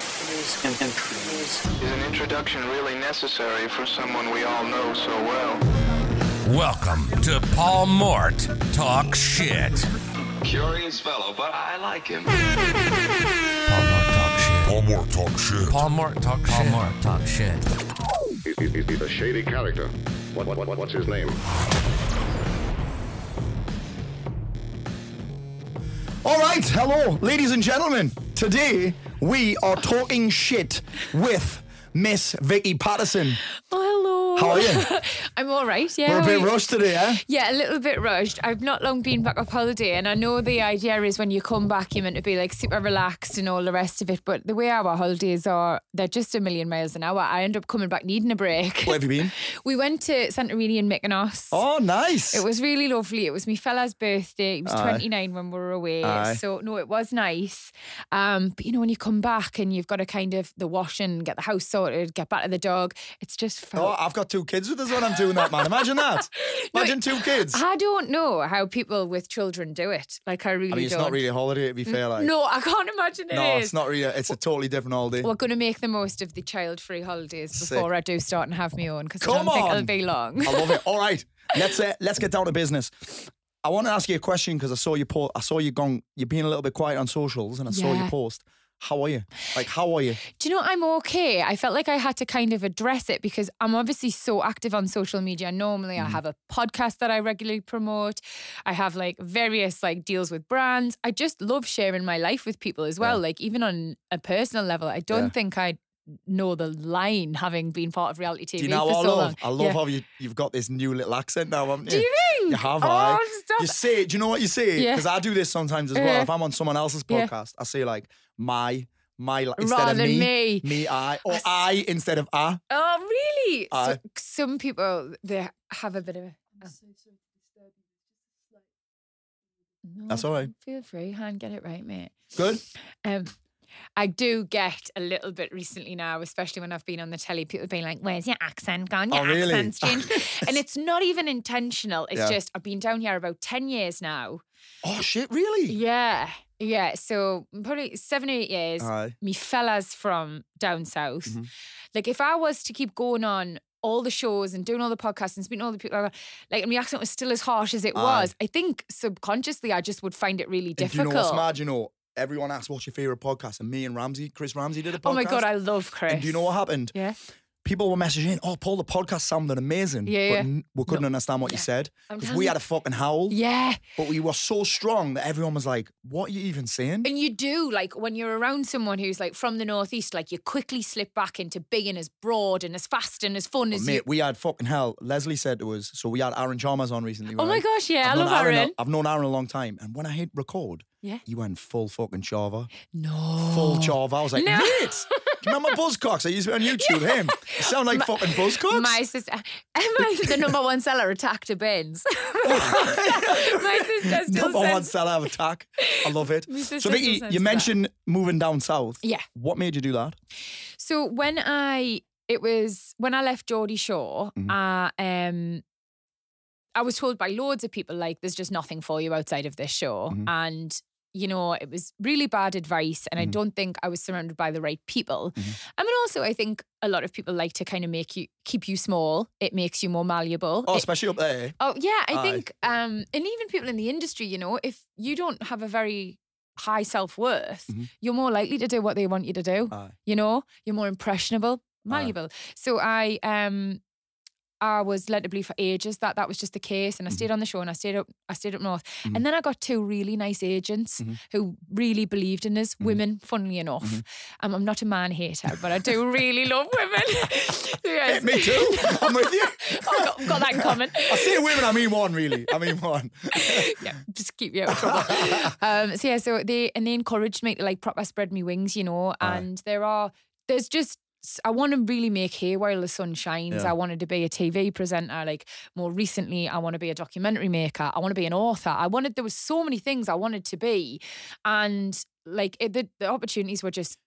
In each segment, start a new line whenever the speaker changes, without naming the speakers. bushes and, and trees.
Is an introduction really necessary for someone we all know so well?
Welcome to Paul Mort Talk Shit.
Curious fellow, but I like him.
Paul Mort Talk Shit.
Paul Mort talk shit.
Paul Mort Talk Shit. Paul Mort Talk Shit.
He- he- he- He's a shady character. What, what, what, what's his name?
All right, hello, Oh, ladies and gentlemen. Today we are talking shit with Miss Vicky Patterson.
Oh, hello.
How are you?
I'm all right. Yeah.
We're a
how are
bit
you?
rushed today, eh?
Yeah, a little bit rushed. I've not long been back off holiday, and I know the idea is when you come back, you're meant to be like super relaxed and all the rest of it. But the way our holidays are, they're just a million miles an hour. I end up coming back needing a break.
Where have you been?
We went to Santorini and Mykonos.
Oh, nice.
It was really lovely. It was my fella's birthday. He was 29 when we were away.
Aye.
So, no, it was nice. Um, but, you know, when you come back and you've got to kind of the wash and get the house sorted, get back to the dog, it's just felt
Oh, I've got two kids with us when I'm doing that, man. Imagine that. Imagine two kids. I
I don't know how people with children do it. Like I really
mean, it's
don't.
not really a holiday, to be fair. Like,
no, I can't imagine it
no,
is.
it's not really. A, it's a totally different holiday.
We're going to make the most of the child-free holidays
Sick.
before I do start and have my own because I
Come
don't think
on.
it'll be long.
I love it. All right, let's uh, let's get down to business. I want to ask you a question because I saw you po- I saw you gone. You've been a little bit quiet on socials, and I saw you
Yeah.
post. How are you? Like, how are you?
do you know I'm okay? I felt like I had to kind of address it because I'm obviously so active on social media. Normally,
Mm.
I have a podcast that I regularly promote. I have like various like deals with brands. I just love sharing my life with people as well. Like even on a personal level, I don't
Yeah.
think I know the line having been part of reality TV
Do you know
for
what I
so
love?
long.
I love
Yeah.
how you, you've got this new little accent now, haven't you?
Do you think?
You have,
Oh,
I.
stop
You
it.
say, do you know what you say?
Yeah.
Because I do this sometimes as well.
Uh,
if I'm on someone else's
yeah.
podcast, I say like my, my, like, instead
Rather
of
than
me,
me.
I, or I instead of "ah." I.
Oh, really? So-
Aye.
some people they have a bit of. a... oh. No,
That's all right.
Feel free, hand get it right, mate.
Good.
Um, I do get a little bit recently now, especially when I've been on the telly. People being like, "Where's your accent gone? Your
Oh, really?
accent's changed," and it's not even intentional. It's
Yeah.
just I've been down here about ten years now.
Oh shit! Really?
Yeah, yeah. So probably seven or eight years.
Aye. Mm-hmm.
Me fellas from down south. Like if I was to keep going on all the shows and doing all the podcasts and speaking to all the people, like, like and my accent was still as harsh as it
Aye.
was. I think subconsciously I just would find it really
And do you
difficult.
know what's mad? You know, everyone asks what's your favorite podcast, and me and Ramsey, Chris Ramsey, did a podcast.
oh my god, I love Chris.
And do you know what happened?
Yeah.
People were messaging, "Oh, Paul, the podcast sounded amazing."
Yeah,
but
yeah.
n- we couldn't understand what you said
I'm
because
telling
we
you.
had a fucking howl.
Yeah.
But we were so strong that everyone was like, "What are you even saying?"
And you do, like, when you're around someone who's like from the Northeast, like, you quickly slip back into being as broad and as fast and as fun
But
as
Mate,
you.
we had fucking hell. Leslie said to us, so we had Aaron Chalmers on recently.
Oh my
right?
gosh, yeah, I
known
love Aaron.
A, I've known Aaron a long time, and when I hit record,
Yeah.
he went full fucking chava,
No.
full chava. I was like,
No.
mate, do you remember Buzzcocks? I used to be on YouTube. Him, you sound like fucking Buzzcocks.
My sister, my, the number one seller attacked a Benz. my sister still
Number one
says,
seller of attack. I love it.
My sister
So
still
Vicky,
sends
you
that.
mentioned moving down south.
Yeah.
What made you do that?
So when I it was when I left Geordie Shore,
Mm-hmm.
I um I was told by loads of people like there's just nothing for you outside of this show.
Mm-hmm.
And you know, it was really bad advice,
Mm-hmm.
and I don't think I was surrounded by the right people. I mean, also, I think a lot of people like to kind of make you keep you small. It makes you more malleable.
Oh,
It-
especially up there.
Oh yeah, I
Aye.
think um and even people in the industry, you know, if you don't have a very high self-worth,
Mm-hmm.
you're more likely to do what they want you to do.
Aye.
You know, you're more impressionable, malleable. So I um I was led to believe for ages that that was just the case,
Mm-hmm.
and I stayed on the show and I stayed up, I stayed up north, and then I got two really nice agents
Mm-hmm.
who really believed in us, women. Funnily enough,
Mm-hmm.
um, I'm not a man hater, but I do really love women. Yes.
Me too. I'm with you.
Oh, got, got that in common.
I say women, I mean one, really. I mean one.
yeah, just keep you out of trouble. um, so yeah, so they and they encouraged me to like proper spread me wings, you know. And there are there's just I want to really make hay while the sun shines. I wanted to be a TV presenter. Like more recently, I want to be a documentary maker. I want to be an author. I wanted there was so many things I wanted to be, and like it, the the opportunities were just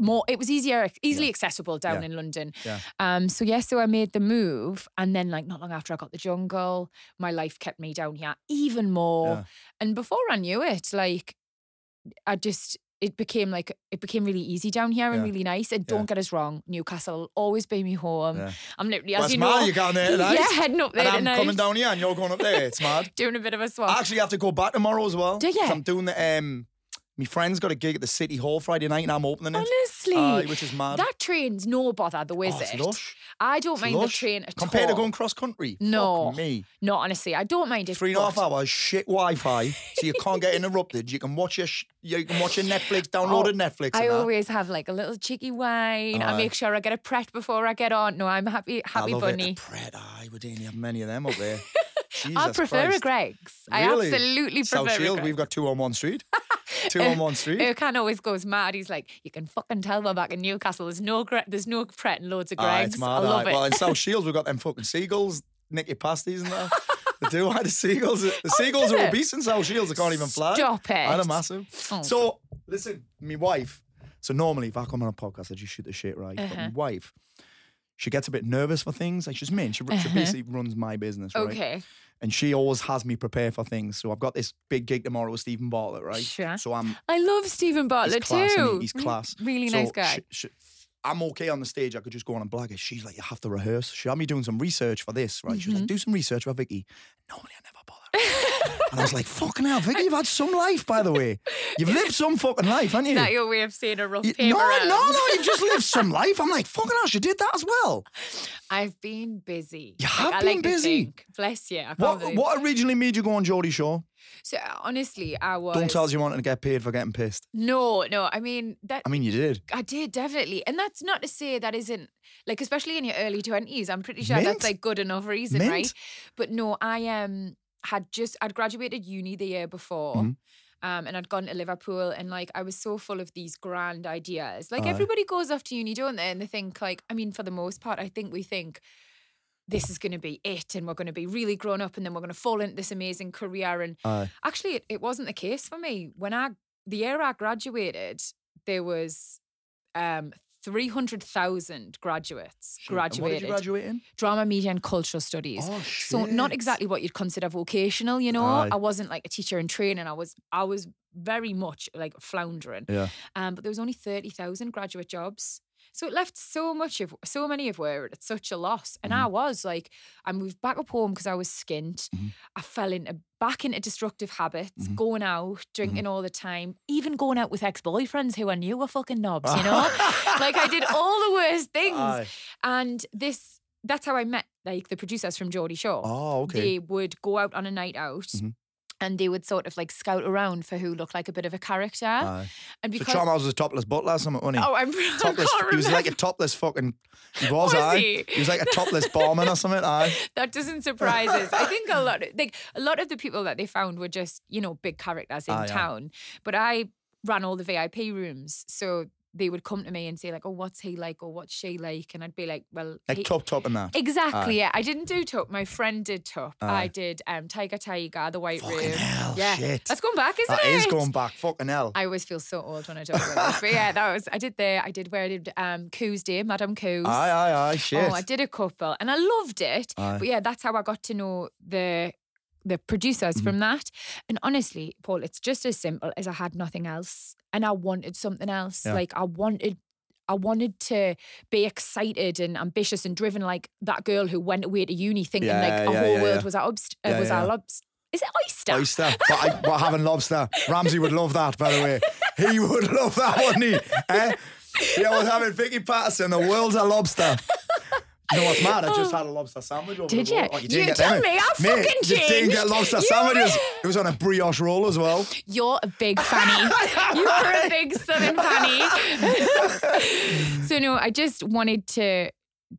more it was easier easily accessible down
Yeah.
in london
Yeah.
um so yeah so i made the move and then like not long after i got the jungle my life kept me down here even more
Yeah.
and before i knew it like i just it became like it became really easy down here and
Yeah.
really nice. And don't
Yeah.
get us wrong, Newcastle will always be me home.
Yeah.
I'm literally as
That's
you know,
mad. You're going there tonight.
yeah, heading up there
and I'm
tonight,
coming down here and you're going up there. It's mad.
doing a bit of a swap.
I actually have to go back tomorrow as well.
Do
'cause
ya?
I'm doing the um my friend's got a gig at the City Hall Friday night and I'm opening it.
Honestly,
Aye, which is mad.
That train's no bother, though, is
Oh, it's
it?
lush.
I don't
It's
mind the
lush.
train at
Compared
all.
to going cross country.
no,
Fuck me.
no, honestly, I don't mind it.
Three and a half
but-
hours shit Wi Fi, so you can't get interrupted. You can watch your sh- you can watch your Netflix, downloaded Netflix.
Oh, I
and that.
always have like a little cheeky wine. I
Aye.
make sure I get a pret before I get on. No, I'm happy, happy
I love
bunny.
It. The bread, aye, we didn't have many of them up there.
I
Jesus
prefer
Christ.
a Greg's. I
Really?
absolutely prefer
South
a
Shield,
Greg's.
we've got two on one street. two on one street.
Erkan always goes mad. He's like, "You can fucking tell we're back in Newcastle. There's no, Gre- there's no Pret and loads of
Aye,
Greg's.
Ah, it's mad,
I love
aye.
it.
Well, in South Shields, we've got them fucking seagulls, Nicky pasties and that. they do. Why the seagulls? The seagulls
Oh, do
are
they?
obese in South Shields. They can't even fly.
Stop it.
I'm massive.
Oh.
So listen, my wife. So normally, if I come on a podcast, I just shoot the shit right. But
Uh-huh.
my wife, she gets a bit nervous for things. Like she's me. She, she basically runs my business. Right?
Uh-huh. okay,
and she always has me prepare for things. So I've got this big gig tomorrow with Stephen Bartlett, right?
Sure.
So I'm
I love Stephen
he's
Bartlett
class.
too.
isn't he? He's
Re-
class.
Really
So
nice guy.
sh- sh- I'm okay on the stage. I could just go on and blag it. She's like, you have to rehearse. She had me doing some research for this, right? She was
Mm-hmm.
like, do some research for Vicky. Normally I never bother. and I was like, fucking hell, Vicky, you've had some life, by the way. You've lived some fucking life, haven't you?
Is that your way of saying a rough
You- no,
paper round?
no, no, you've just lived some life. I'm like, fucking hell, she did that as well.
I've been busy.
You
Like,
have
I
been
like to
busy.
think. Bless you. I can't
What,
believe-
what originally made you go on Geordie Shore?
So uh, honestly, I was.
Don't tell us you wanted to get paid for getting pissed.
No, no. I mean that.
I mean, you did.
I did definitely, and that's not to say that isn't like, especially in your early twenties. I'm pretty sure
Mint.
that's like good enough reason,
Mint.
right? But no, I um had just I'd graduated uni the year before.
Mm-hmm.
Um, and I'd gone to Liverpool, and like I was so full of these grand ideas. Like everybody goes off to uni, don't they? And they think, like, I mean, for the most part, I think we think this is going to be it, and we're going to be really grown up, and then we're going to fall into this amazing career. And
Aye.
actually, it, it wasn't the case for me. When I the year I graduated, there was um, 300,000 graduates
And What did
graduated.
you graduate in?
Drama, media, and cultural studies.
Oh,
So not
shit.
exactly what you'd consider vocational, you know.
Aye.
I wasn't like a teacher in training. I was, I was very much like floundering.
Yeah.
Um, but there was only thirty thousand graduate jobs. So it left so much of so many of where at such a loss. And
Mm-hmm.
I was like, I moved back up home because I was skint. I fell into back into destructive habits,
Mm-hmm.
going out, drinking all the time, even going out with ex-boyfriends who I knew were fucking knobs, you know? like I did all the worst things.
Aye.
And this that's how I met like the producers from Geordie Shore.
Oh, okay. Mm-hmm.
They would go out on a night out and they would sort of like scout around for who looked like a bit of a character. And
Uh, So
because
Charm was a topless butler or something, wasn't he?
Oh, I'm
topless.
I can't
He was like a
remember.
topless fucking. He was,
Was
aye.
he?
was like a topless barman or something, aye.
that doesn't surprise us. I think a lot like a lot of the people that they found were just, you know, big characters in
Aye, aye.
town. But I ran all the VIP rooms. So they would come to me and say, like, oh, what's he like or what's she like? And I'd be like, well,
Like
he-
top Ah. top and that.
Exactly. Yeah, I didn't do top. My friend did top. I did um, Tiger Tiger, The White Room.
Ah. hell,
yeah,
shit.
that's gone back, isn't
That
it?
is going back. Fucking hell.
I always feel so old when I talk about this, but yeah, that was I did there. I did where I did um, Coos Day, Madame Coos.
aye, aye, aye. Shit.
Oh, I did a couple, and I loved it. But yeah, that's how I got to know the the producers
Mm-hmm.
from that. And honestly, Paul, it's just as simple as I had nothing else, and I wanted something else.
Yeah.
Like I wanted. I wanted to be excited and ambitious and driven, like that girl who went away to uni thinking
Yeah,
like
yeah,
our
yeah,
whole
yeah,
world
yeah.
was our obst- uh,
Yeah,
was
yeah.
our lobster. Is it oyster?
Oyster, but, I, but having lobster. Ramsey would love that, by the way. He would love that, wouldn't he? Eh? Yeah, I was having Vicky Patterson, the world's a lobster. You know what's mad? I just had a lobster sandwich. Over
Did
the
you?
wall. Oh,
You
didn't get them,
told
eh?
me, I
Mate,
fucking
You didn't get
changed.
lobster
You
sandwiches.
were-
It was on a brioche roll as well.
You're a big fanny. You're a big southern fanny. so no, I just wanted to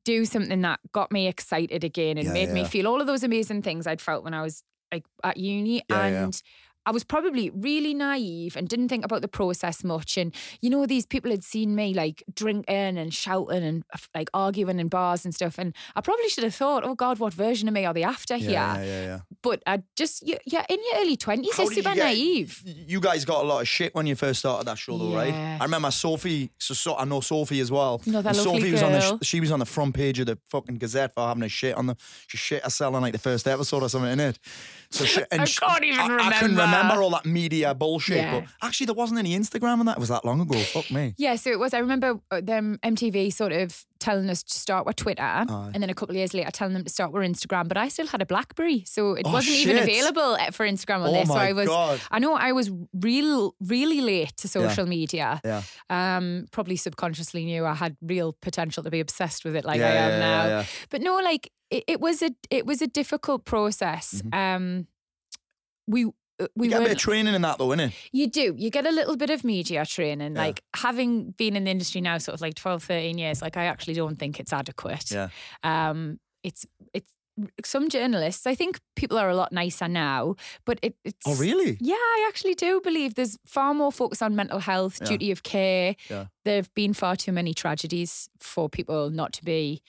do something that got me excited again and
Yeah,
made me
yeah.
feel all of those amazing things I'd felt when I was like at uni
Yeah, yeah.
and I was probably really naive and didn't think about the process much. And you know, these people had seen me like drinking and shouting and like arguing in bars and stuff. And I probably should have thought, oh God, what version of me are they after here?
yeah, yeah, yeah. yeah.
But I just, you- you're in your early 20s,
How
you're
did you
super
get-
naive.
You guys got a lot of shit when you first started that show, though,
Yeah.
right? I remember Sophie. So, so I know Sophie as well.
No, that
And
lovely
Sophie was on the
girl.
sh- she was on the front page of the fucking Gazette for having a shit on the she shit herself on like the first episode or something in it. So she, and
I
she-
can't even
I, I couldn't
remember.
remember all that media bullshit,
Yeah.
but actually there wasn't any Instagram and that. It was that long ago. Fuck me.
Yeah, so it was. I remember uh, them MTV sort of telling us to start with Twitter, and then a couple of years later telling them to start with Instagram. But I still had a BlackBerry, so it
Oh,
wasn't even
shit.
available uh, for Instagram on
Oh
there. So
my
I was,
God.
I know I was real, really late to social media.
Yeah.
Um, probably subconsciously knew I had real potential to be obsessed with it, like
Yeah,
I am
yeah, yeah,
now.
yeah.
But no, like it, it was a, it was a difficult process. Um, we. uh, We
Mm-hmm. You get a bit
weren't
of training in that though, innit?
you do. You get a little bit of media training. Like having been in the industry now sort of like 12, 13 years, like I actually don't think it's adequate.
Yeah.
Um it's it's some journalists, I think people are a lot nicer now, but it, it's
Oh really?
yeah, I actually do believe there's far more focus on mental health, duty of care.
Yeah.
There have been far too many tragedies for people not to be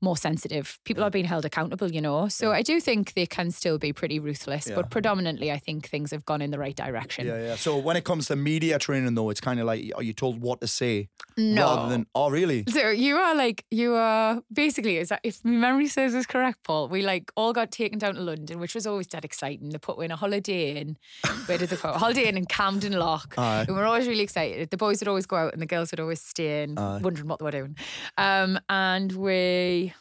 more sensitive. People are being held accountable, you know. So I do think they can still be pretty ruthless, but predominantly, I think things have gone in the right direction.
Yeah, yeah. So when it comes to media training though, it's kind of like are you told what to say rather
No.
than oh really?
So you are like you are basically is that if my memory serves us correct, Paul, we like all got taken down to London, which was always dead exciting. They put we in a holiday in where did they put holiday in in Camden Lock. And we were always really excited. The boys would always go out and the girls would always stay in, wondering what they were doing. Um and we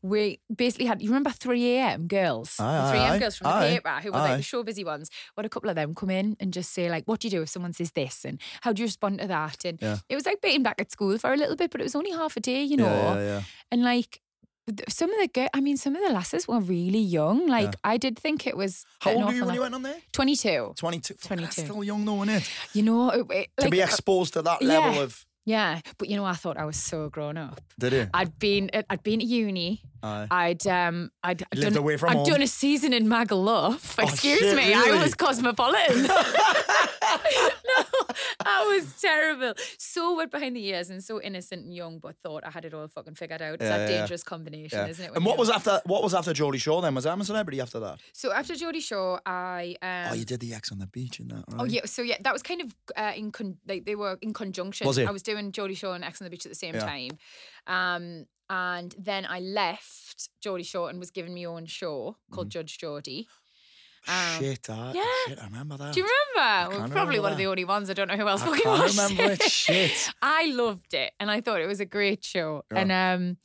we basically had you remember 3 a.m. girls,
Aye,
The
aye,
3 a.m.
aye.
girls from
Aye,
the paper who were
aye.
like the show busy ones. What a couple of them come in and just say like, "What do you do if someone says this?" and "How do you respond to that?" and it was like being back at school for a little bit, but it was only half a day, you know.
yeah, yeah.
And like th- some of the girl, I mean, some of the lasses were really young. Like I did think it was
How
an
old were you
awful
when you
lot-
went on there?
22.
22. Fuck, that's
22.
Still young though, isn't it?
You know, it, it-
to
like, uh,
be exposed to that
yeah.
level of
yeah. But you know, I thought I was so grown up.
did it?
I'd been at- I'd been to uni.
Aye.
I'd um I'd
You lived
done
away from
I'd
home. Oh,
done a season in Magaluf. Excuse
shit,
me,
really?
I was cosmopolitan. no, I was terrible. So wet behind the ears and so innocent and young, but thought I had it all fucking figured out. It's
Yeah,
that
yeah, yeah.
dangerous combination,
Yeah.
isn't it? when
And what
you're-
was after what was after Geordie Shore then? Was that a celebrity after that?
So after Geordie Shaw, I um,
oh, you did the X on the beach in that, right?
Oh yeah, so yeah, that was kind of uh, in con- like they were in conjunction.
Was it?
I was doing Geordie Shore and X on the Beach at the same
Yeah.
time, um, and then I left Geordie Shore and was given my own show called Judge Geordie. Um,
Mm. shit, I,
yeah.
shit, I remember that.
Do you remember? We're
can't
probably
remember
one of
that.
the only ones. I don't know who else fucking
can't
watched
remember it.
it.
Shit.
I loved it, and I thought it was a great show. And um,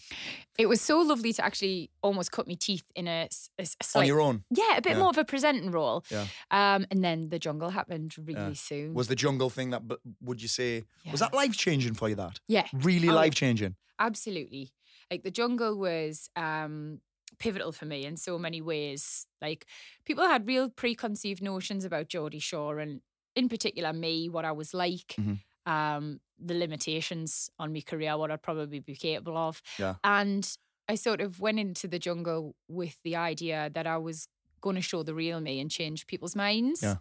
it was so lovely to actually almost cut my teeth in a, s- a s- a
On
slight-
your own.
Yeah, a bit more of a presenting role.
Yeah.
Um, and then the jungle happened really soon.
Was the jungle thing that but would you say was
mm. Yeah.
that life changing for you that?
yeah.
Really
Oh,
life changing.
absolutely like the jungle was um pivotal for me in so many ways like people had real preconceived notions about Geordie Shore and in particular me what I was like
Mm-hmm.
um the limitations on my career what I'd probably be capable of
Yeah.
and I sort of went into the jungle with the idea that I was going to show the real me and change people's minds
Yeah.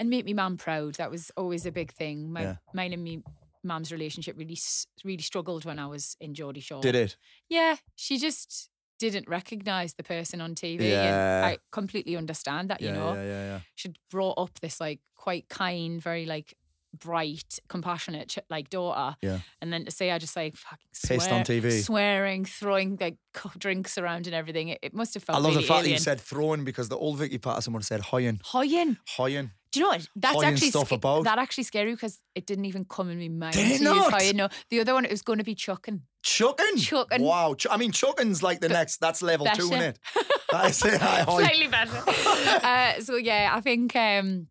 and make me mum proud that was always a big thing my
Yeah.
mine and me mum's relationship really s- really struggled when I was in Geordie Shore.
Did it?
Yeah, she just didn't recognize the person on TV.
Yeah.
And I completely understand that, you know.
yeah, yeah, yeah.
She'd brought up this like quite kind, very like bright, compassionate ch- like daughter.
Yeah.
And then to say I just like fucking swear,
Pissed on TV.
swearing, throwing like cu- drinks around and everything. It, it must have felt
I love
Oh, really
the fact that
alien.
you said throwing because the old Vicky Patterson would have said hoyin.
Hoyin.
Hoyin.
Do you know what? That's
Hoyin
actually
stuff
sca-
about.
that actually scary because it didn't even come in my mind.
Did it
to
not?
Use hoyin. No, the other one it was going to be chucking.
Chucking.
Chucking.
Wow. Ch- I mean chucking's like the next that's level two,
Better.
isn't it? I say hi hoyin.
slightly better. uh, so yeah, I think um,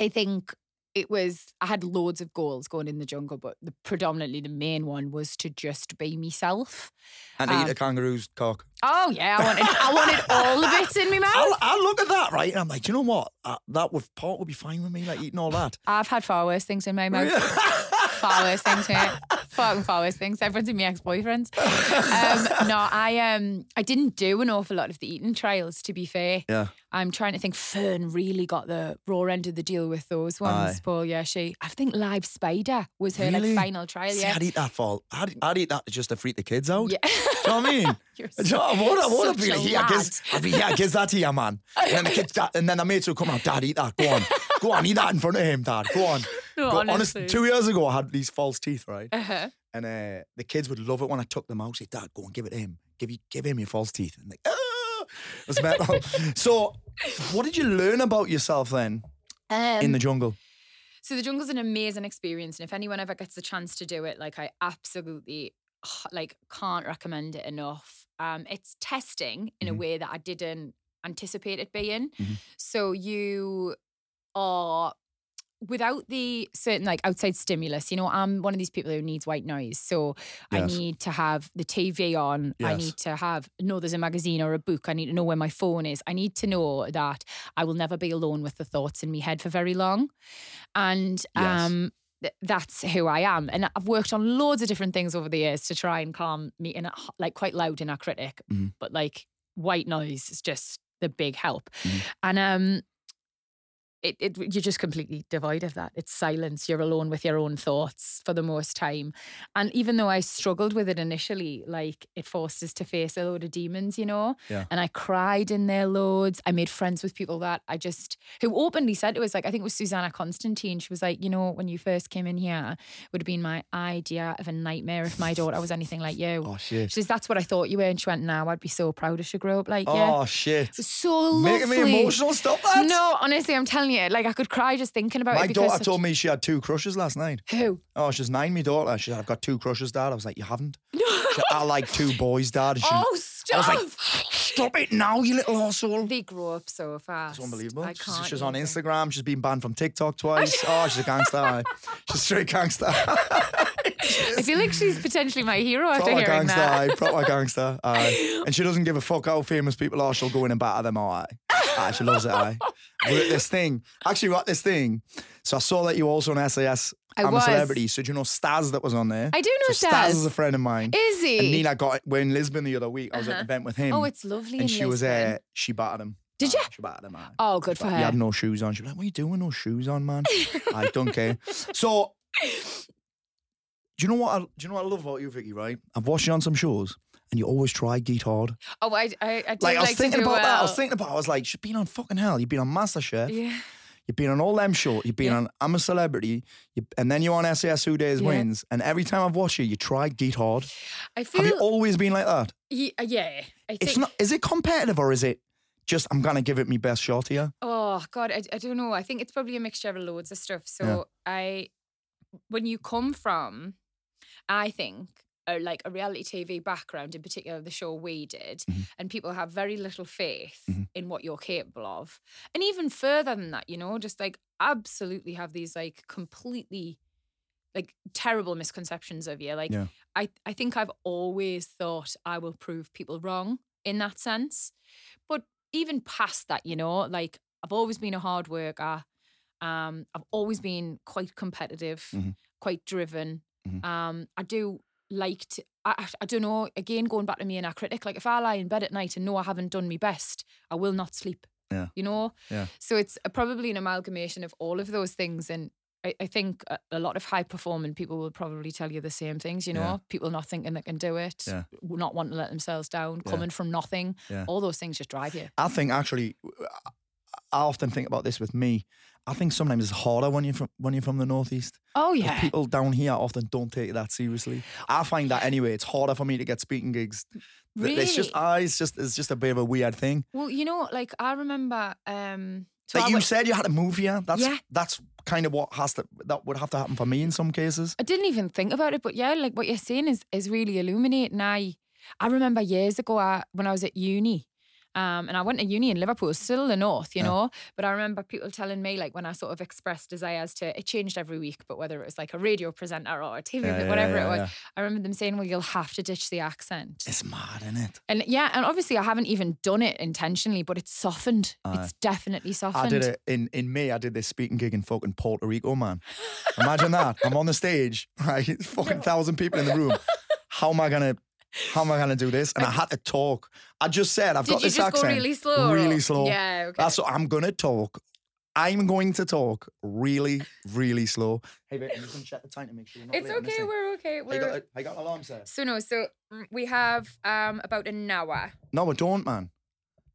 I think it was I had loads of goals going in the jungle, but the predominantly the main one was to just be myself.
and eat a kangaroo's cock.
Oh yeah, I wanted I wanted all the bits in my
I,
mouth.
I look at that right, and I'm like, "Do you know what? Uh, that with part would be fine with me, like eating all that.
I've had far worse things in my
Oh,
mouth. far worse things, mate. Fucking far worse things. Everyone's in my ex-boyfriends. Um, no, I um I didn't do an awful lot of the eating trials, to be fair.
Yeah.
I'm trying to think. Fern really got the raw end of the deal with those ones,
Aye.
Paul. Yeah, she. I think Live Spider was her
Really?
like final trial.
See,
yeah.
I'd eat that for. I'd, I'd eat that just to freak the kids out.
Yeah.
Do you know what I mean?
You're
Do you know, I want, I want to
such
be
a
like, yeah, kids, I'd be, yeah, kids, that to your man. And then the kids, that, and then the mates would come out, Dad, eat that. Go on, go on, eat that in front of him, Dad. Go on.
No,
Go-
honestly.
two years ago, I had these false teeth, right?
Uh-huh.
And uh, the kids would love it when I took them out. Say, Dad, go and give it to him. Give you, give him your false teeth. And like, ah, it was mental. so, what did you learn about yourself then?
Um,
in the jungle.
so the jungle's an amazing experience, and if anyone ever gets the chance to do it, like I absolutely like can't recommend it enough. Um, it's testing in
Mhm.
a way that I didn't anticipate it being.
Mhm.
So you are without the certain like outside stimulus. You know, I'm one of these people who needs white noise, so I
Yes.
need to have the TV on. I
Yes.
need to have know there's a magazine or a book. I need to know where my phone is. I need to know that I will never be alone with the thoughts in my head for very long. And
Yes.
um th- that's who I am. And I've worked on loads of different things over the years to try and calm me in like quite loud inner critic,
Mhm.
but like white noise is just the big help.
Mhm.
And um it, it you're just completely devoid of that. It's silence. You're alone with your own thoughts for the most time. And even though I struggled with it initially, like it forced us to face a load of demons, you know?
Yeah.
And I cried in there loads. I made friends with people that I just, who openly said it was like, I think it was Susanna Constantine. She was like, you know, when you first came in here, it would have been my idea of a nightmare if my daughter was anything like you.
Oh shit.
She says, that's what I thought you were. And she went, now I'd be so proud if she grew up like you.
Oh shit.
It's so lovely.
Making me emotional. Stop that.
No, honestly, I'm telling you, like I could cry just thinking about
My
it. because
daughter
such-
told me she had two crushes last night.
Who?
Oh, she's nine, me daughter. She said, I've got two crushes, dad. I was like, You haven't? No. I like two boys, dad. And she,
Oh,
I
stop!
was like, Stop it now, you little arsehole.
they grow up so fast.
It's unbelievable.
I
She's-
can't.
she's, on
even.
Instagram. She's been banned from TikTok twice. oh, she's a gangster. aye. She's a straight gangster.
I feel like she's potentially my hero after
Proper
hearing
gangster.
that.
Aye. Proper gangster. Aye. And she doesn't give a fuck how famous people are. She'll go in and batter them. Aye. aye she loves it. Aye. We're at this thing. Actually, we're at this thing. So I saw that you were also an SAS.
I
am
was.
a celebrity. So do you know Staz that was on there?
I do know
so
Staz.
is a friend of mine.
Is he?
And Nina got it. We're in Lisbon the other week. I was at an event with him.
Oh, it's lovely. in
and she was
Lisbon.
uh, she battered him.
Did
Aye,
ya?
She battered him. Aye.
Oh, good for
But He
her.
had no shoes on. She was like, "What are you doing? No shoes on, man." I don't care. So, do you know what? I, do you know what I love about you, Vicky? Right? I've watched you on some shows, and you always try get hard.
oh, I, I, I
Like,
do like,
I was thinking
to do
about
well.
that. I was thinking about. it. I was like, she's been on fucking hell. You've been on MasterChef.
Yeah.
You've been on all them shows. You've been on I'm a Celebrity. You, and then you're on SAS Who Days
Yeah.
Wins. And every time I've watched you, you try get hard.
I
Have you
feel.
always been like that?
Ye- uh, yeah. I think.
It's not. Is it competitive or is it just I'm gonna give it my best shot here?
Oh God, I, I don't know. I think it's probably a mixture of loads of stuff. So I, when you come from, I think. uh like a reality TV background, in particular the show we did, and people have very little faith in what you're capable of. And even further than that, you know, just like absolutely have these like completely like terrible misconceptions of you. Like
Yeah.
I, I think I've always thought I will prove people wrong in that sense. But even past that, you know, like I've always been a hard worker. Um, I've always been quite competitive,
Mhm.
quite driven.
Mhm.
Um, I do like to. I, I- I don't know. Again, going back to me and our critic, like if I lie in bed at night and know I haven't done my best, I will not sleep.
Yeah.
You know.
Yeah.
So it's a, probably an amalgamation of all of those things, and I, I think a, a lot of high performing people will probably tell you the same things. You know,
Yeah.
people not thinking they can do it,
Yeah.
w- not wanting to let themselves down,
Yeah.
coming from nothing.
Yeah.
All those things just drive you.
I think actually, I- I often think about this with me. I think sometimes it's harder when you're from when you're from the northeast.
Oh
'Cause
yeah.
People down here often don't take that seriously. I find that anyway. It's harder for me to get speaking gigs. Th- It's just
Really?
I. It's just it's just a bit of a weird thing.
Well, you know, like I remember. um so
Like
I
you
went-
said, you had to move here. That's
Yeah.
that's kind of what has to that would have to happen for me in some cases.
I didn't even think about it, but yeah, like what you're saying is is really illuminating. I I remember years ago I, when I was at uni. Um, and I went to uni in Liverpool, still the north, you know. But I remember people telling me, like, when I sort of expressed desires to, it changed every week. But whether it was like a radio presenter or a TV,
Yeah, yeah,
whatever
yeah,
it was,
yeah.
I remember them saying, "Well, you'll have to ditch the accent."
It's mad, isn't it?
And yeah, and obviously I haven't even done it intentionally, but it's softened. it's definitely softened.
I did it in in May. I did this speaking gig in fucking Puerto Rico, man. Imagine that. I'm on the stage, right? It's fucking thousand people in the room. How am I gonna? How am I gonna do this? And I had to talk. I just said I've
Did
got
you
this
just go
accent,
really slow? or-
really slow.
Yeah. Okay.
That's what I'm gonna talk. I'm going to talk really, really slow. Hey, babe, you can check the time to make sure you're not
it's
late on this
okay.
thing.
We're okay. We're
I got, I got an alarm set.
So no, so mm, we have um about an hour.
No, I don't, man.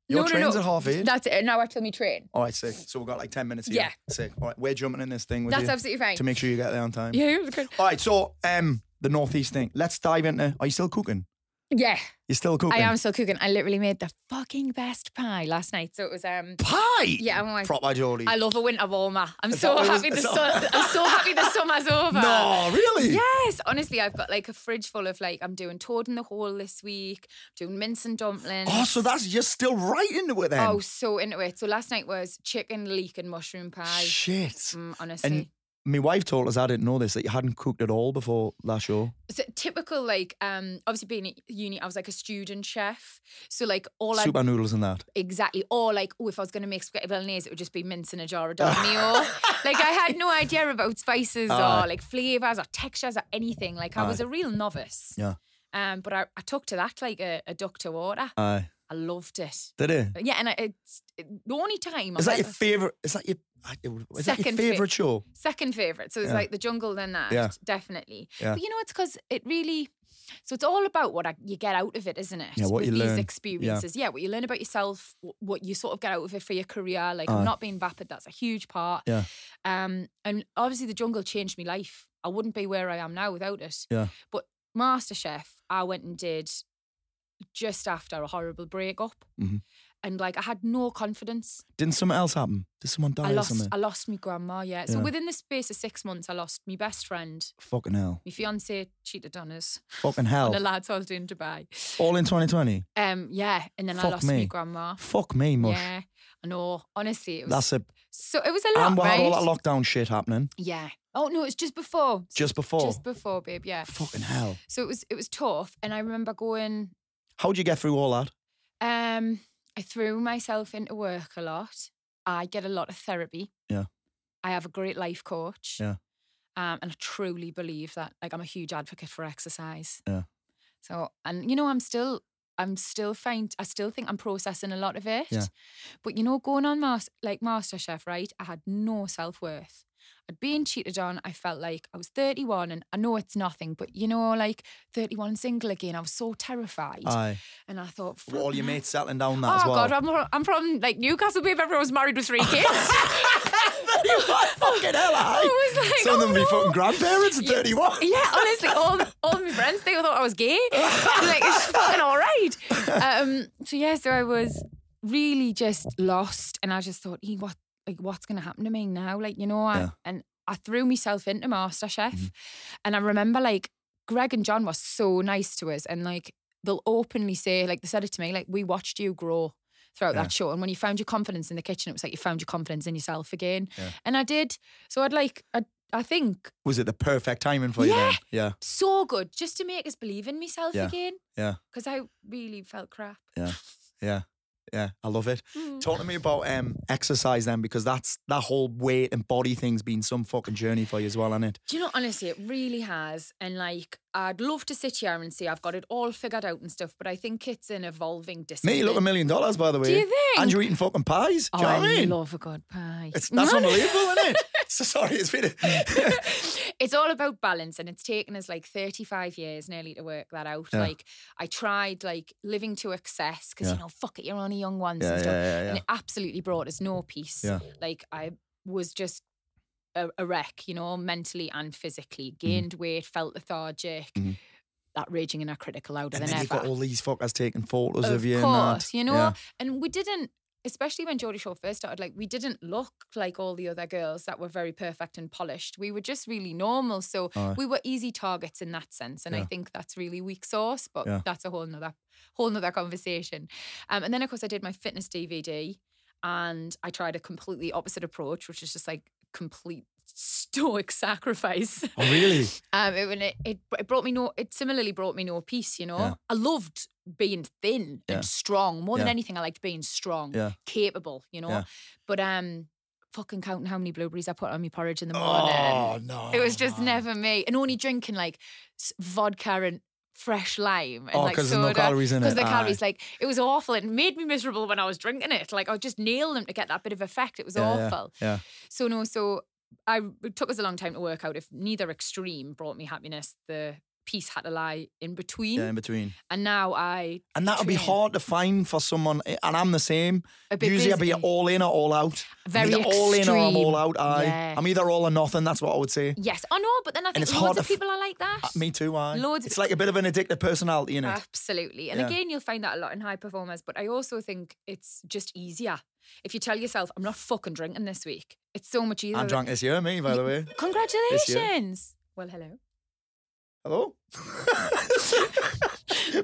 Your
no,
train's
no, no.
at half eight.
That's it. An hour till me train.
All right, sick. So we've got like ten minutes. Here.
Yeah.
sick. All right, we're jumping in this thing with
That's
you
absolutely fine.
to make sure you get there on time.
yeah, it was good.
All right, so um, the northeast thing. Let's dive into. Are you still cooking?
Yeah,
You're still cooking.
I am still cooking. I literally made the fucking best pie last night. So it was um
Pie.
Yeah, I'm like-
proper Geordie.
I love a winter warmer. I'm
Is
so
that what it was-
happy the
is that-
sun, I'm so happy the summer's over.
No, really.
Yes, honestly, I've got like a fridge full of like I'm doing toad in the hole this week, doing mince and dumplings.
Oh, so that's you're still right into it then.
Oh, so into it. So last night was chicken, leek, and mushroom pie.
shit.
Mm, honestly,
And my wife told us I didn't know this that you hadn't cooked at all before last show.
so typical like um obviously being at uni, I was like a student chef. So like all I
Soup and noodles and that.
Exactly. Or like, oh, if I was going to make spaghetti bolognese, it would just be mince in a jar of Dolmio. like I had no idea about spices
Aye.
or like flavors or textures or anything. Like I was a real novice.
Yeah.
Um, but I, I took to that like a, a duck to water.
Aye.
I loved it.
Did it?
But yeah, and I, it's it, the only time.
Is that
I've
your
ever-
favorite? Is that your? I- Is that your
Second fa-
favorite show?
second favorite? So it's
Yeah.
like the jungle, then that,
Yeah.
definitely.
Yeah.
But you know, it's because it really. So it's all about what I, you get out of it, isn't it?
Yeah, what
With
you
these
learn. Yeah.
experiences, yeah. what you learn about yourself, wh- what you sort of get out of it for your career. Like
Aye.
I'm not being vapid; that's a huge part.
Yeah.
Um, and obviously the jungle changed my life. I wouldn't be where I am now without it.
Yeah.
But MasterChef, I went and did just after a horrible breakup,
Mhm.
and like I had no confidence.
Didn't something else happen? Did someone die
I
or
lost
something?
I lost my grandma, yeah. So
Yeah.
within the space of six months, I lost my best friend.
Fucking hell!
My fiance cheated on us
Fucking
on a
hell!
lad's holiday in Dubai.
All in 2020.
Um, yeah, and then I
Fuck
lost
me.
my grandma.
Fuck me, mush.
Yeah, I know. Honestly, it was
That's it.
so. It was a lot,
And we
right?
had all that lockdown shit happening
yeah. Oh no, it's just before.
just before.
Just before, babe. Yeah.
Fucking hell!
So it was it was tough, and I remember going.
How'd you get through all that?
Um, I threw myself into work a lot. I get a lot of therapy.
Yeah.
I have a great life coach.
Yeah.
Um, and I truly believe that like I'm a huge advocate for exercise.
Yeah.
So and you know, I'm still I'm still find I still think I'm processing a lot of it.
Yeah.
But you know, going on mas- like MasterChef, right? I had no self worth. I'd been cheated on. I felt like I was 31 and I know it's nothing, but you know, like 31 single again. I was so terrified.
Aye.
and I thought,
Were all your
"Fucking hell."
mates settling down that
Oh
as well.
God, I'm from, I'm from like Newcastle, babe. Everyone's married with three kids.
fucking hell! Aye.
I was like,
Some of them
"Oh,
be fucking
no."
grandparents at 31.
yeah, honestly, all all my friends they all thought I was gay. like it's fucking all right. Um, so yeah, so I was really just lost, and I just thought, "Hey, what like what's gonna happen to me now? Like you know, I,
Yeah. Mm-hmm.
and I threw myself into MasterChef, and I remember like Greg and John were so nice to us, and like they'll openly say, like they said it to me, like we watched you grow. Throughout
Yeah.
that show, and when you found your confidence in the kitchen, it was like you found your confidence in yourself again, and I did. So I'd like, I, I think
Was it the perfect timing for you
Yeah.
then? Yeah.
so good just to make us believe in myself
Yeah,
again.
yeah.
Because I really felt crap.
Yeah. Yeah. Yeah. I love it.
Hmm.
Talk to me about um exercise then, because that's that whole weight and body thing's been some fucking journey for you as well, hasn't it?
Do you know, honestly, it really has. And like, I'd love to sit here and say I've got it all figured out and stuff, but I think it's an evolving discipline.
Me, look a million dollars by the way.
you think?
And you're eating fucking pies.
Oh,
Do you know
I
what I mean?
love a good pie.
it's that's unbelievable, isn't it? So sorry, it's been a,
it's all about balance and it's taken us like 35 years nearly to work that out
Yeah.
like i tried like living to excess because
Yeah.
you know fuck it you're only young once
Yeah,
and stuff
yeah, yeah,
and
yeah.
it absolutely brought us no peace
Yeah.
like i was just a, a wreck you know mentally and physically
Mm-hmm.
gained weight felt lethargic that raging and a critical louder
And
than
then you've
ever
got all these fuckers taking photos of,
of
you. and that.
course, you know.
Yeah.
And we didn't, especially when Geordie Shore first started, like we didn't look like all the other girls that were very perfect and polished. We were just really normal. So we were easy targets in that sense. And I think that's really weak sauce, but
Yeah.
that's a whole nother whole nother conversation. Um, and then of course I did my fitness DVD and I tried a completely opposite approach, which is just like complete stoic sacrifice.
Oh really?
Um, it, and it, it, it brought me no, it similarly brought me no peace, you know.
Yeah.
I loved being thin
Yeah.
and strong. More than
Yeah.
anything, I liked being strong,
Yeah.
capable, you know.
Yeah.
But um, fucking counting how many blueberries I put on my porridge in the morning.
Oh no.
it was just
man.
never me. And only drinking like s- vodka and fresh lime. And
Oh,
like
'cause there's no
soda,
calories in
'cause
it,
the
aye.
calories, like, it was awful. It made me miserable when I was drinking it. Like, I just nailed them to get that bit of effect. It was
Yeah, yeah,
awful.
Yeah.
So no, so I it took us a long time to work out if neither extreme brought me happiness. The piece had to lie in between.
Yeah, in between.
And now I
And that'll be
train.
hard to find for someone. eh, And I'm the same.
A bit
Usually I'll be
busy.
all in or all out. I'm
Very
either all in or I'm
extreme.
all out. Aye.
Yeah.
I'm either all or nothing. That's what I would say.
Yes. Oh no, but then I think
it's
loads
hard
of
to f-
people are like that.
Me too. Aye.
Loads of
It's like a bit of an addictive personality in it.
Absolutely. And
Yeah.
again, you'll find that a lot in high performers, but I also think it's just easier. If you tell yourself, I'm not fucking drinking this week, it's so much easier.
I
than-
drank this year, me, by the way.
Congratulations. Well, hello.
Hello?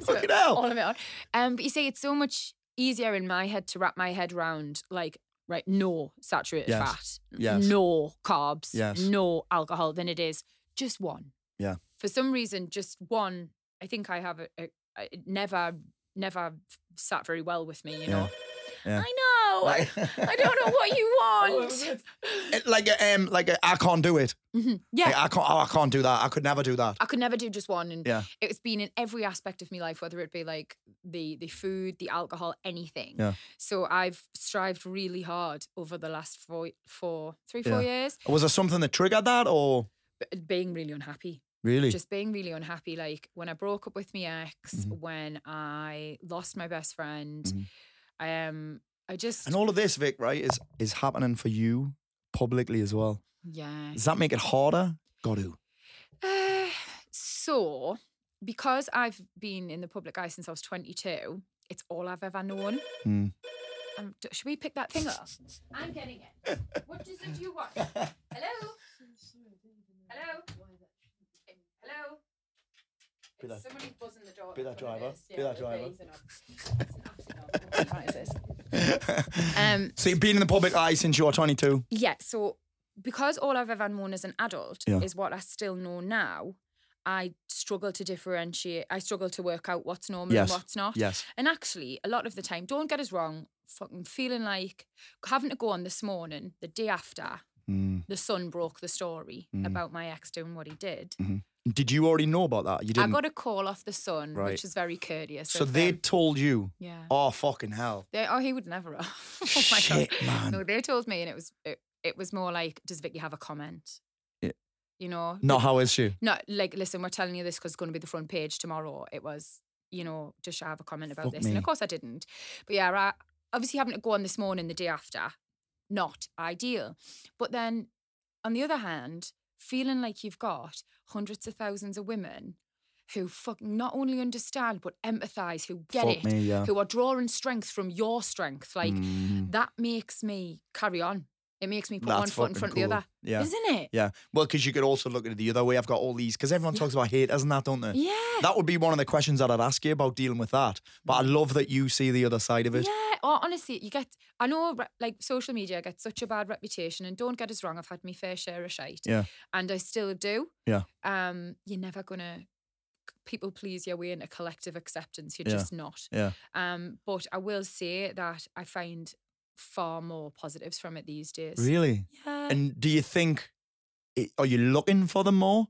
Fucking
All
hell.
of it on. Um, but you say it's so much easier in my head to wrap my head round, like, right, no saturated
Yes.
fat,
Yes.
no carbs,
Yes.
no alcohol than it is just one.
Yeah.
For some reason, just one, I think I have a, a, a- it never, never sat very well with me, you know?
Yeah.
I know.
Like-
I, I don't know what you want.
It- like a, um, like a, I can't do it.
yeah.
Like, I can't. Oh, I can't do that. I could never do that.
I could never do just one, and
Yeah.
it's been in every aspect of my life, whether it be like the the food, the alcohol, anything.
Yeah.
So I've strived really hard over the last four, four, three, four years,
Was there something that triggered that, or
b- being really unhappy,
really?
just being really unhappy. Like when I broke up with my ex, when I lost my best friend, um, I just
and all of this, Vic, right, is is happening for you publicly as well.
yeah.
Does that make it harder? Got to.
Uh, so, because I've been in the public eye since I was 22, it's all I've ever known.
Mm.
Um, d- should we pick that thing up? I'm getting it. What is it you want? Hello? Hello? Hello?
Be that-
It's somebody buzzing the door.
be that
That's what it
driver.
is.
Be that
the
driver.
bees are not- it's an absolute nonsense. Right, it is. Um,
So you've been in the public eye since you were 22.
yeah, so because all I've ever known as an adult
Yeah.
is what I still know now, I struggle to differentiate. I struggle to work out what's normal
Yes.
and what's not.
Yes.
And actually, a lot of the time, don't get us wrong, fucking feeling like having to go on this morning, the day after,
Mm.
the sun broke the story about my ex doing what he did.
Did you already know about that? You
I
Mm-hmm. didn't.
got a call off the sun,
Right.
which is very courteous.
so
of
they
them.
told you.
Yeah.
Oh fucking hell.
They, oh, he would never have. oh my
Shit,
god,
man.
No, they told me, and it was it, it was more like, does Vicky have a comment?
Yeah.
You know,
No, how is she?
no, like listen, we're telling you this because it's going to be the front page tomorrow. It was, you know, does she have a comment about
Fuck
this? And
me.
of course I didn't. But yeah, I, obviously having to go on this morning, the day after, not ideal. But then, on the other hand, feeling like you've got hundreds of thousands of women. Who fucking not only understand but empathize, who get
Fuck
it,
me, yeah. Mm.
who are drawing strength from your strength. Like that makes me carry on. It makes me put
That's
one foot in
fucking
front
cool.
of the other.
Yeah.
Isn't it?
Yeah. Well, because you could also look at it the other way. I've got all these because everyone talks about haters and that, don't they?
Yeah.
That would be one of the questions that I'd ask you about dealing with that. But I love that you see the other side of it.
Yeah, or honestly, you get. I know, re- like social media gets such a bad reputation, and don't get us wrong, I've had my fair share of shite.
Yeah.
and I still do.
Yeah.
Um, you're never gonna people please your way into collective acceptance. You're
Yeah.
just not.
Yeah.
Um, but I will say that I find far more positives from it these days.
Really?
Yeah.
And do you think, it, are you looking for them more?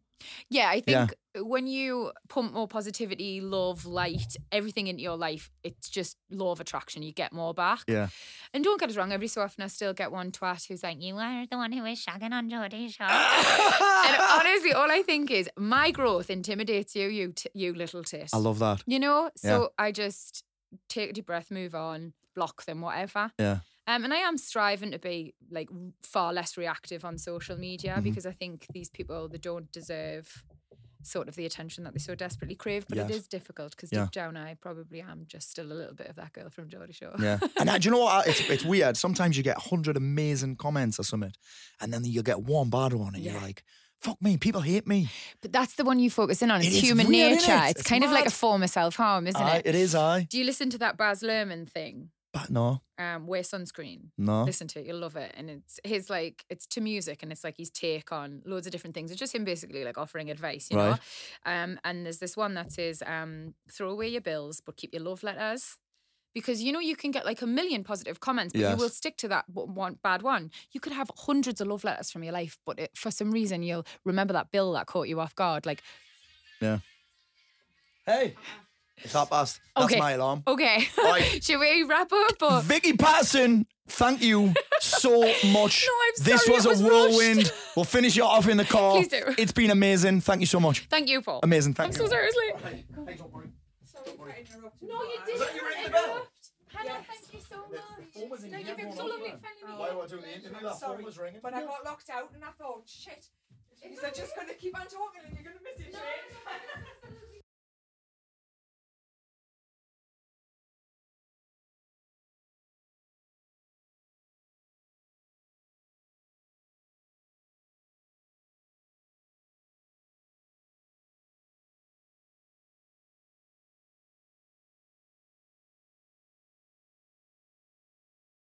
Yeah, I
Yeah.
think when you pump more positivity, love, light, everything into your life, it's just law of attraction. You get more back.
Yeah.
And don't get us wrong, every so often I still get one twat who's like, You are the one who is shagging on Jodie's show. and honestly, all I think is, My growth intimidates you, you, t- you little tit.
I love that.
You know?
Yeah.
So I just take a deep breath, move on, block them, whatever.
Yeah.
Um, and I am striving to be like far less reactive on social media
Mm-hmm.
because I think these people they don't deserve sort of the attention that they so desperately crave. But it
Yes.
is difficult because
Yeah.
deep down I probably am just still a little bit of that girl from Geordie Shore.
Yeah. and I, do you know what? It's, it's weird. Sometimes you get 100 amazing comments or something, and then you get one bad one, and you're
Yeah.
like, fuck me, people hate me.
But that's the one you focus in on. It's,
It is
human
weird,
nature.
isn't it?
It's,
It's
kind of like a
mad.
form of self harm, isn't
I,
it?
it is I.
Do you listen to that Baz Luhrmann thing?
But no,
Um, wear sunscreen.
no.
listen to it you'll love it and it's his like it's to music and it's like his take on loads of different things it's just him basically like offering advice you
Right.
know um and there's this one that says um throw away your bills but keep your love letters because you know you can get like a million positive comments but
Yes.
you will stick to that w- one bad one you could have hundreds of love letters from your life but it, for some reason you'll remember that bill that caught you off guard like
Hey. Uh-uh. It's half past. That's
okay. Oh,
my alarm.
Okay.
Right.
Should we wrap up? Or?
Vicky Patterson, thank you so much.
No, I'm
this
sorry,
was,
it was
a whirlwind. We'll finish it off in the car.
Please do.
It's been amazing. Thank you so much.
Thank you, Paul.
Amazing.
I'm
Thank you.
so sorry. I was late. No, you didn't.
you ringing the bell?
interrupt. Hannah, thank you so much. No, you've been so lovely. Finally,
Why were I doing the interview? That phone was ringing.
But I got locked out and I thought, shit, is I just going to keep on talking and you're going to miss it, James?